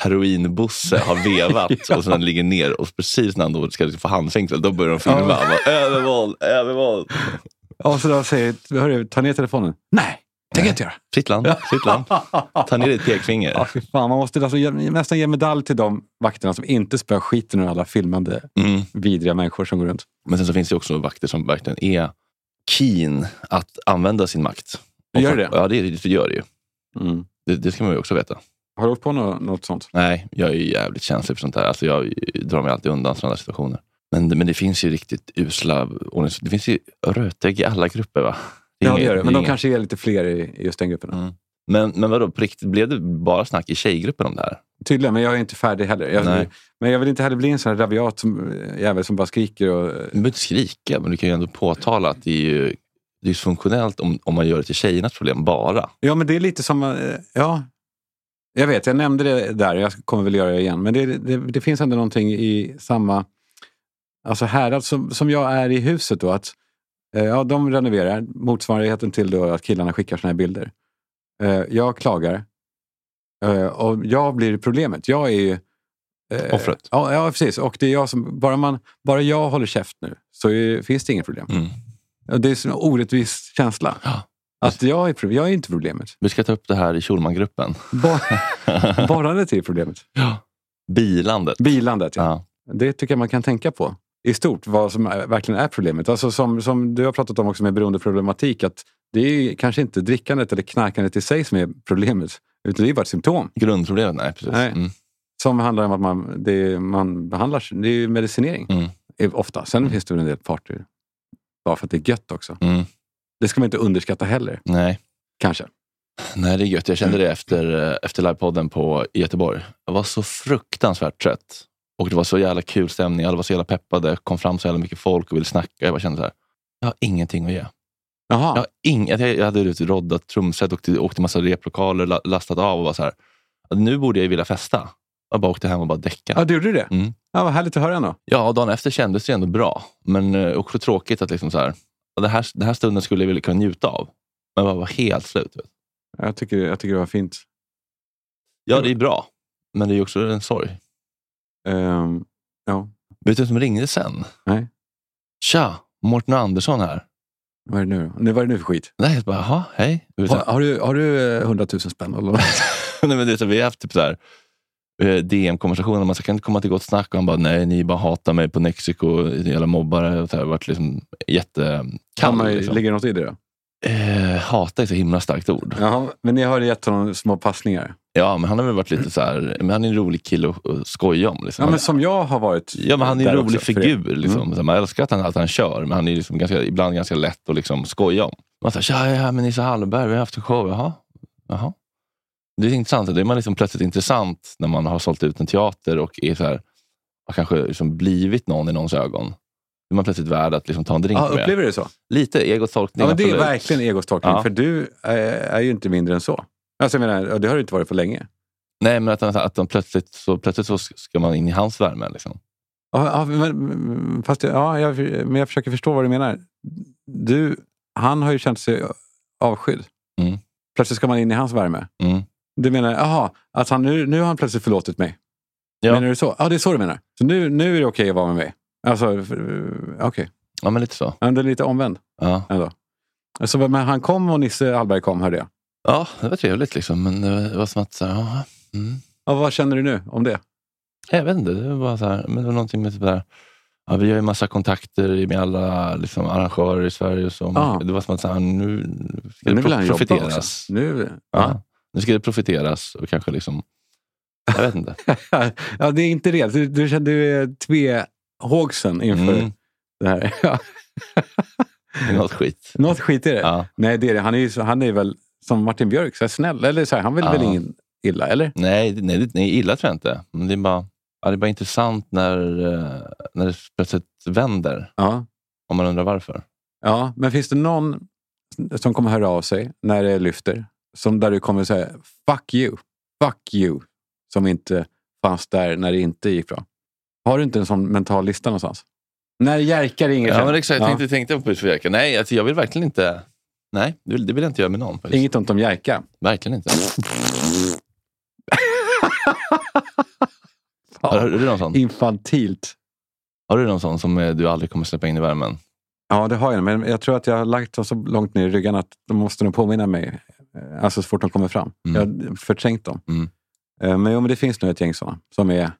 S3: heroinbusse har vevat och sen ligger ner och precis när han då ska liksom få handfängsel, då börjar de filma.
S2: Ja.
S3: Bara, övervåld, övervåld.
S2: Och så då säger hörru, ta ner telefonen. Nej, tänker jag inte göra.
S3: Sitt land, sitt land. Ta ner ditt pekfinger.
S2: Ja, fy fan, man måste alltså ge, nästan ge medalj till de vakterna som inte spöar skiten ur alla filmande
S3: Mm.
S2: vidriga människor som går runt.
S3: Men sen så finns det ju också vakter som verkligen är keen att använda sin makt. Och
S2: Gör
S3: fa-
S2: det? Mm.
S3: Ja, det, det gör det ju. Det, det ska man ju också veta.
S2: Har du åkt på något, något sånt?
S3: Nej, jag är ju jävligt känslig för sånt här. Alltså jag drar mig alltid undan sådana där situationer. Men, men det finns ju riktigt usla ordnings- Det finns ju rötägg i alla grupper va? är
S2: Ja, det
S3: inget-
S2: gör det. Men
S3: är
S2: de
S3: inget-
S2: kanske är lite fler i i just den gruppen.
S3: Mm. Men, men vadå, på riktigt, blev det bara snack i tjejgruppen om det här?
S2: Tydligen, men jag är inte färdig heller. Jag,
S3: Nej.
S2: men jag vill inte heller bli en sån här rabiat som, eh, jävel som bara skriker. Och, eh,
S3: Du behöver inte skrika, men du kan ju ändå påtala att det är ju det är funktionellt om, om man gör det till tjejernas problem bara.
S2: ja, men det är lite som... eh, Ja, jag vet, jag nämnde det där. Jag kommer väl göra det igen. Men det, det, det finns ändå någonting i samma... Alltså här, alltså, som, som jag är i huset då. Att, eh, ja, de renoverar. Motsvarigheten till då att killarna skickar såna här bilder. Eh, jag klagar. Eh, och jag blir problemet. Jag är ju... eh,
S3: Offret.
S2: Ja, ja, precis. Och det är jag som, bara, man, bara jag håller käft nu så är, finns det inget problem.
S3: Mm.
S2: Och Det är en sån orättvis känsla.
S3: Ja.
S2: Att jag är, pro- jag är inte problemet.
S3: Vi ska ta upp det här i Schulman-gruppen.
S2: Ba- Borrandet är problemet.
S3: Bilandet.
S2: Bilandet, ja.
S3: Ja.
S2: Det tycker jag man kan tänka på i stort, vad som är, verkligen är problemet. Alltså som, som du har pratat om också med beroendeproblematik, att det är ju kanske inte drickandet eller knarkandet i sig som är problemet, utan det är bara ett symptom
S3: Grundproblemet? Nej, precis.
S2: Nej.
S3: Mm.
S2: som handlar om att man, det är, man behandlar sig. Det är ju medicinering,
S3: Mm.
S2: eh, ofta. Sen finns det väl en del parter bara för att det är gött också.
S3: Mm.
S2: Det ska man inte underskatta heller,
S3: Nej.
S2: kanske.
S3: Nej, det är gött. Jag kände det efter, eh, efter livepodden på i Göteborg. Jag var så fruktansvärt trött. Och det var så jävla kul stämning. Alla var så jävla peppade. kom fram så jävla mycket folk och ville snacka. Jag bara kände så här, jag har ingenting att ge.
S2: Jaha,
S3: Jag, har ing- jag- jag hade ut- roddat trumset, åkte, åkte massa replokaler, la- lastat av och var så här, nu borde jag ju vilja festa. Jag bara åkte hem och bara
S2: ja,
S3: däckade.
S2: du gjorde det?
S3: Mm.
S2: Ja, vad härligt att höra ändå.
S3: Ja, och dagen efter kändes det ändå bra. Men eh, också tråkigt att liksom så här, ja, det här, den här stunden skulle jag vilja kunna njuta av. Men jag bara var helt slut. Vet.
S2: Jag tycker, jag tycker det var fint.
S3: Ja, det är bra. Men det är ju också en sorg.
S2: Ehm, ja,
S3: Vet du vem som ringde sen?
S2: Nej.
S3: Tja, Mårten Andersson här.
S2: vad är det nu då? nu Vad är det nu för skit?
S3: Nej, jag bara, jaha, hej. Du vet
S2: Har,
S3: så
S2: har, du, har du eh, 100 000 spänn? Eller?
S3: här- Nej, men det är så, vi har haft typ så här, eh, DM-konversationer, man så här, kan inte komma till gott snack. Och han bara, nej, ni bara hatar mig på Nexiko, ni jävla mobbare. Och så här, varit liksom
S2: Kan man,
S3: jättekall. Liksom.
S2: Ligger det något i det då?
S3: Eh, hata är så himla starkt ord.
S2: Jaha, men ni har gett honom små passningar?
S3: Ja, men han har väl varit lite så här, men han är en rolig kille att- att skoja om. Liksom.
S2: Ja, men
S3: Han-
S2: som jag har varit.
S3: Ja, men han är en
S2: där
S3: rolig
S2: också, för er. Mm.
S3: figur. Liksom. Så Man älskar att han, att han kör, men han är liksom ganska, ibland ganska lätt att liksom skoja om. Man säger, tja, ja, men Nisse Hallberg, vi har haft en show. Jaha. Jaha. Det är intressant. Det är man liksom plötsligt intressant när man har sålt ut en teater och är så här, har kanske liksom blivit någon i någons ögon. Då är man plötsligt värd att liksom ta en drink
S2: Ja,
S3: med.
S2: upplever du det så?
S3: Lite egotolkning.
S2: Ja, men det är
S3: absolut.
S2: verkligen egotolkning.
S3: Ja.
S2: För du eh, är ju inte mindre än så. Alltså, jag menar, och det har du inte varit på länge.
S3: Nej, men att, han- att de plötsligt, så, plötsligt så ska man in i hans värme. Liksom.
S2: Ja, ja, men, fast, ja, jag, men jag försöker förstå vad du menar. Du, han har ju känt sig avskydd.
S3: Mm.
S2: Plötsligt ska man in i hans värme.
S3: Mm.
S2: Du menar, jaha, att han, nu, nu har han plötsligt förlåtit mig.
S3: Ja.
S2: Menar du så? Ja, det är så du menar. Så nu, nu är det okej att vara med mig. Alltså, för- okej.
S3: Ja, men lite så.
S2: Ja, det är lite omvänd
S3: Ja.
S2: ändå. Alltså, men han kom och Nisse Hallberg kom, hörde jag.
S3: ja, det var trevligt. Liksom. Men det var som att, så här, ja, mm.
S2: Ja, vad känner du nu om det?
S3: Jag vet inte, det var bara så här, men det var någonting med typ där, ja, vi har ju massa kontakter med alla liksom, arrangörer i Sverige. Och så.
S2: Ja.
S3: Det var som att så här, nu ska
S2: Nu
S3: det
S2: vill
S3: pro-
S2: han jobba
S3: profiteras.
S2: också. Nu,
S3: Ja. Nu ska det profiteras och kanske liksom, jag vet inte.
S2: ja. ja, det är inte det. Du, du kände dig tvehågsen inför
S3: Mm,
S2: det här. Ja.
S3: det är något skit.
S2: Något skit i det.
S3: Ja.
S2: Nej, det är det. Han är, ju så- han är väl som Martin Björk, så här snäll. Eller så här, han vill
S3: Ja.
S2: väl ingen illa, eller?
S3: Nej, det- nej, det- nej, illa tror jag inte. Men det är bara, ja, det är bara intressant när, eh, när det plötsligt vänder.
S2: Ja.
S3: Om man undrar varför.
S2: ja. Men finns det någon som kommer höra av sig när det lyfter? Som där du kommer säga fuck you, fuck you. Som inte fanns där när det inte gick bra. Har du inte en sån mental lista någonstans? När järkar ringer
S3: Ja,
S2: sen.
S3: men exakt. Jag
S2: Ja.
S3: tänkte, tänkte på Pussfjäkar. Nej, alltså, jag vill verkligen inte. Nej, det vill det vill jag inte göra med någon. Faktiskt.
S2: Inget ont om järka.
S3: Verkligen inte. Har, har, du någon sån?
S2: Infantilt.
S3: har du någon sån som eh, du aldrig kommer släppa in i värmen?
S2: Ja, det har jag. Men jag tror att jag har lagt dem så långt ner i ryggen att de måste nog påminna mig. eh, Alltså så fort de kommer fram.
S3: Mm.
S2: Jag har förträngt dem.
S3: Mm.
S2: Eh, Men, jo, men det finns nog ett gäng sådana som, är,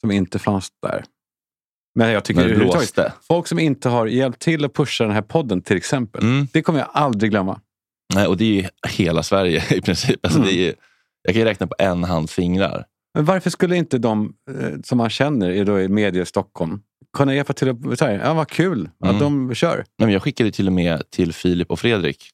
S2: som inte fanns där. Men jag tycker
S3: När det
S2: överhuvudtaget,
S3: blåste?
S2: folk som inte har hjälpt till att pusha den här podden till exempel.
S3: Mm.
S2: Det kommer jag aldrig glömma.
S3: Nej, och det är ju hela Sverige i princip. Alltså,
S2: Mm.
S3: det är ju, jag kan ju räkna på en hands fingrar.
S2: Men varför skulle inte de eh, som man känner i, då, i media i Stockholm kunna hjälpa till att så här, ja, vad kul att
S3: Mm.
S2: de kör.
S3: Nej, men jag skickade till och med till Filip och Fredrik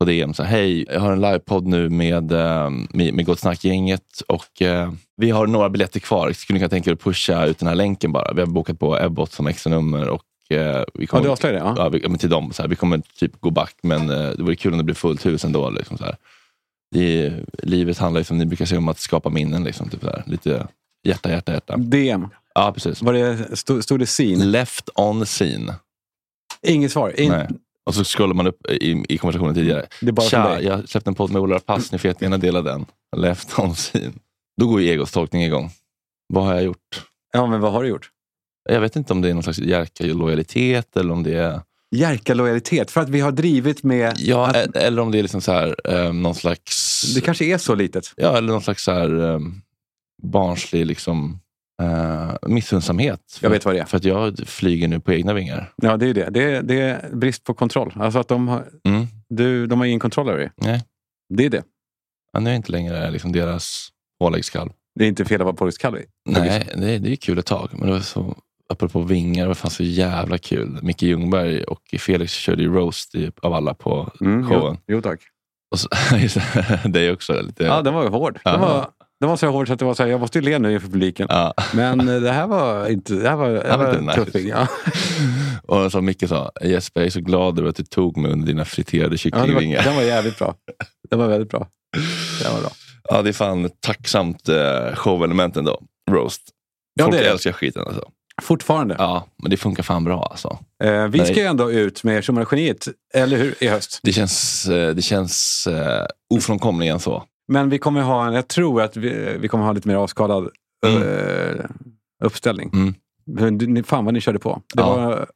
S3: på DM. Så, här, Hej, jag har en livepodd nu med, eh, med, med Gott Snack-gänget och eh, vi har några biljetter kvar. Skulle ni kunna tänka er att pusha ut den här länken bara? Vi har bokat på Ebbot som extra nummer och eh, vi
S2: Ja,
S3: kommer
S2: du avslöjar det? Ja.
S3: ja, vi, ja, men till dem. Så här, vi kommer typ gå back, men eh, det vore kul om det blev fullt hus ändå. Liksom, så här. Det är, livet handlar ju som ni brukar säga om att skapa minnen. Liksom, typ, så här. Lite hjärta, hjärta, hjärta.
S2: DM.
S3: Ja, precis.
S2: Var det, stod, stod det scene?
S3: Left on scene.
S2: Inget svar? In,
S3: Nej. Och så scrollar man upp i, i konversationen tidigare.
S2: Det är bara för
S3: Tja,
S2: dig.
S3: jag släppte en podd med Ola Pass. Ni får jättegärna dela den. Left on scene. Då går ju egos tolkning igång. Vad har jag gjort?
S2: Ja, men vad har du gjort?
S3: Jag vet inte om det är någon slags jerka-lojalitet eller om det är...
S2: Jerka-lojalitet, för att vi har drivit med...
S3: Ja,
S2: att,
S3: e- eller om det är liksom så här, eh, någon slags...
S2: det kanske är så litet.
S3: Ja, eller någon slags så här, eh, barnslig liksom, eh, missunnsamhet. För,
S2: Jag vet vad det är.
S3: För att jag flyger nu på egna vingar.
S2: Ja, det är ju det. Det är, det är brist på kontroll. Alltså att de har,
S3: Mm.
S2: du, de har ingen kontroll över dig.
S3: Nej.
S2: Det är det.
S3: Ja, nu är jag inte längre liksom, deras påläggskalv.
S2: Det är inte fel att vara porrskall.
S3: Nej,
S2: Liksom.
S3: det, det är ju kul ett tag. Men det var så, apropå vingar, det fanns så jävla kul. Micke Ljungberg och Felix körde ju roast i, av alla på
S2: Mm, jo,
S3: showen.
S2: jo tack.
S3: Och så, dig också. Lite,
S2: Ja, den var ju hård. Den
S3: Ja.
S2: var, den var så hård så att det var så här, jag måste ju le nu inför publiken.
S3: Ja.
S2: Men eh, det här var inte... Det här var, det här
S3: var
S2: var
S3: lite nice.
S2: tuffing. Ja.
S3: Och som Micke sa, Jesper, jag är så glad över att du tog mig under dina friterade
S2: Ja, det var,
S3: kycklingvingar.
S2: den var jävligt bra. Den var väldigt bra. Den var bra.
S3: Ja, det är fan tacksamt eh, showelement ändå. Roast.
S2: Ja,
S3: Folk
S2: det är det.
S3: älskar skiten alltså.
S2: Fortfarande.
S3: Ja, men det funkar fan bra alltså.
S2: Eh, vi
S3: Nej.
S2: ska ju ändå ut med Schumann och Geniet, eller hur? I höst.
S3: Det känns, eh, det känns eh, ofrånkomligen så.
S2: Men vi kommer ha en, jag tror att vi, vi kommer ha en lite mer avskalad
S3: Mm.
S2: eh, uppställning.
S3: Mm.
S2: Men du- ni- Fan vad ni körde på. Det
S3: Ja.
S2: var,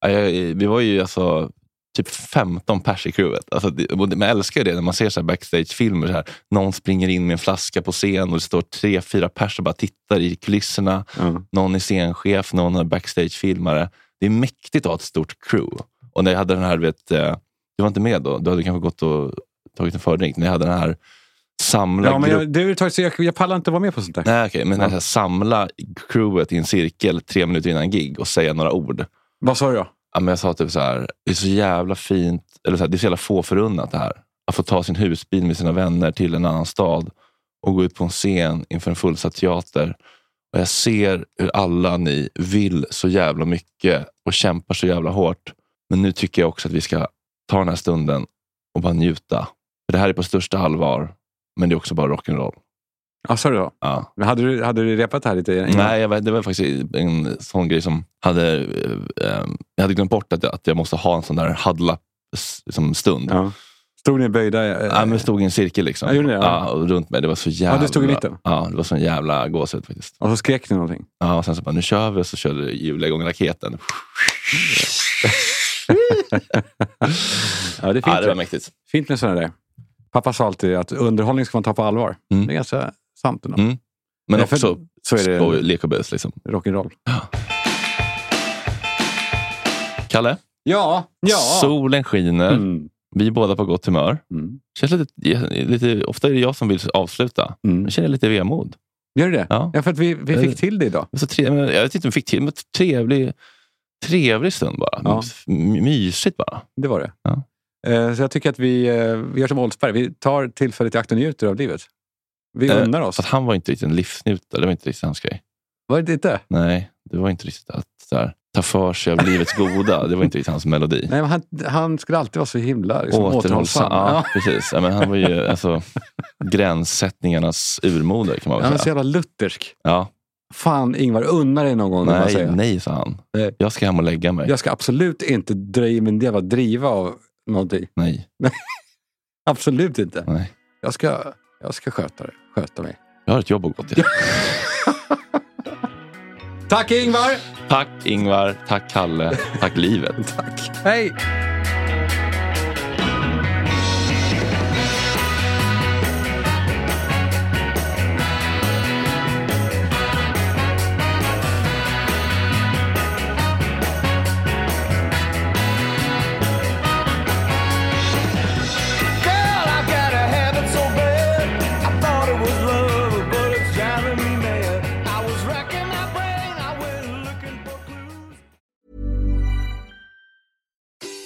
S3: Ja, jag- Vi var ju alltså typ 15 pers i crewet. Alltså, det- och det- man älskar ju det när man ser så här backstage-filmer. Så här, någon springer in med en flaska på scen och det står tre, fyra pers och bara tittar i kulisserna.
S2: Mm.
S3: Någon är scenchef, någon är backstage-filmare. Det är mäktigt att ha ett stort crew. Och när jag hade den här, vet, eh, du var inte med då, du hade kanske gått och tagit en fördrink. När jag hade den här samla
S2: ja, men
S3: grupp-
S2: jag, du, tar- så jag, jag pallar inte vara med på sånt där.
S3: Nej, okej, men den här, så här, samla crewet i en cirkel tre minuter innan gig och säga några ord.
S2: Vad sa du då?
S3: Ja, men jag sa typ så här, det är så jävla fint, eller så här, det är så jävla få förunnat det här. Att få ta sin husbil med sina vänner till en annan stad och gå ut på en scen inför en fullsatt teater. Och jag ser hur alla ni vill så jävla mycket och kämpar så jävla hårt. Men nu tycker jag också att vi ska ta den här stunden och bara njuta. För det här är på största allvar, men det är också bara rock'n'roll.
S2: Ja, sa du då?
S3: Ja.
S2: Men Hade du, hade du repat det här lite? innan?
S3: Nej, jag vet, det var faktiskt en sån grej som hade, eh, eh, jag hade glömt bort att jag, att jag måste ha en sån där huddla liksom, stund. Ja.
S2: Ja. Stod ni böjda? eh,
S3: men jag stod i en cirkel liksom.
S2: Ja, gjorde ni det?
S3: ja, och runt mig. Det var så jävla...
S2: du stod i mitten?
S3: Ja, det var sån jävla gåshud faktiskt.
S2: Och så skrek ni någonting?
S3: Ja, och sen så bara, nu kör vi och så körde Julia igång raketen.
S2: Ja, det är fint.
S3: Ja, det var
S2: det.
S3: mäktigt.
S2: Fint med sådana där. Pappa sa alltid att underhållning ska man ta på allvar.
S3: Mm.
S2: Det är ganska sant ändå.
S3: Mm. Men
S2: Nej, för-
S3: också
S2: så är det-
S3: skoj, lek och bus. Liksom.
S2: Rock'n'roll.
S3: Kalle,
S2: Ja, ja.
S3: solen skiner.
S2: Mm.
S3: Vi är båda på gott humör.
S2: Mm.
S3: Känns lite, lite, ofta är det jag som vill avsluta.
S2: Mm.
S3: Jag känner lite vemod.
S2: Gör du det?
S3: Ja.
S2: för att vi, vi
S3: Eller-
S2: fick till det idag.
S3: Men Så trev, men jag vet inte om vi fick till men trevlig, trevlig stund bara.
S2: Ja.
S3: M- mysigt bara.
S2: Det var det.
S3: Ja.
S2: Eh, Så jag tycker att vi, eh, vi gör som Oldsberg. Vi tar tillfället i akt och njuter av livet. Vi
S3: Eh,
S2: unnar oss.
S3: Så att han var inte riktigt en livsnjutare. Det var inte riktigt hans grej.
S2: Var det inte?
S3: Nej, det var inte riktigt att så här, ta för sig av livets goda. Det var inte riktigt hans melodi.
S2: Nej, men han, han skulle alltid vara så himla liksom, återhållsam.
S3: Ja,
S2: Ja.
S3: precis. Ja, men han var ju alltså, gränssättningarnas urmoder kan man
S2: Han är
S3: väl
S2: så
S3: säga.
S2: jävla luthersk.
S3: Ja.
S2: Fan Ingvar, unna dig någon gång. vill man
S3: Nej,
S2: säga.
S3: nej, sa han.
S2: Nej.
S3: Jag ska hem och lägga mig.
S2: Jag ska absolut inte dra i min jävla driva av någonting.
S3: Nej,
S2: Absolut inte.
S3: nej.
S2: Jag ska, jag ska sköta det. Sköta mig.
S3: Jag har ett jobb att gå till.
S2: Tack Ingvar!
S3: Tack Ingvar, tack Kalle, tack livet.
S2: Tack. Hej!
S1: Girl, I've got a habit so bad. I thought it was love, but it's driving me mad. I was racking my brain, I was looking for clues.